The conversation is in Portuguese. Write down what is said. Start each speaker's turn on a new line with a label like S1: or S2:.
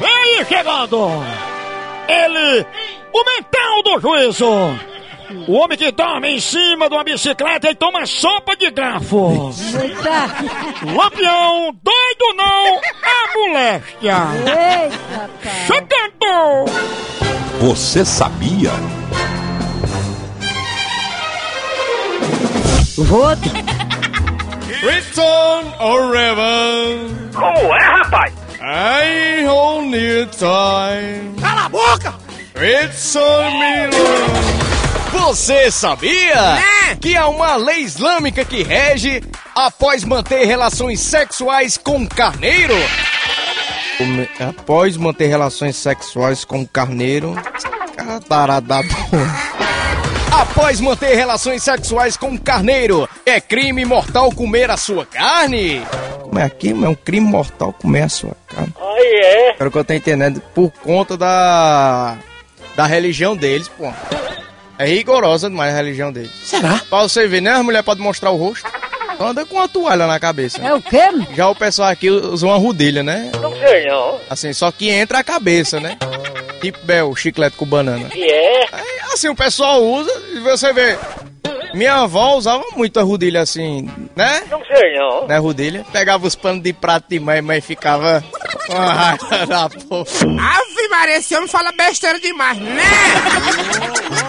S1: Vem chegando! Ele, o mental do juízo! O homem que dorme em cima de uma bicicleta e toma sopa de garfo! Lampião, doido não, a moléstia!
S2: Eita, pai.
S1: Chegando!
S3: Você sabia?
S2: Voto.
S4: Return or Revan.
S5: Como é, rapaz?
S4: I hold new time.
S6: Cala a boca!
S4: It's on me. Você sabia
S6: É.
S4: que há uma lei islâmica que rege após manter relações sexuais com carneiro? é? Após manter relações sexuais com carneiro. Após manter relações sexuais com um carneiro, é crime mortal comer a sua carne? Como é aqui, É um crime mortal comer a sua carne.
S5: Aí é.
S4: Pelo que eu tô entendendo, por conta da. da religião deles, pô. É rigorosa demais a religião deles.
S6: Será?
S4: Pra você ver, né? As mulheres podem mostrar o rosto. Só Anda com uma toalha na cabeça. né?
S2: É o quê? m****?
S4: Já o pessoal aqui usa uma rodilha, né?
S5: Não sei não.
S4: Assim, só que entra a cabeça, né? Tipo Bel, chiclete com banana.
S5: E é.
S4: Aí, assim, o pessoal usa e você vê. Minha avó usava muita rodilha assim, né?
S5: Não sei não.
S4: Né, rodilha? Pegava os panos de prato de mãe, mãe ficava com a raiva da porra.
S6: Ave Maria, esse homem fala besteira demais, né?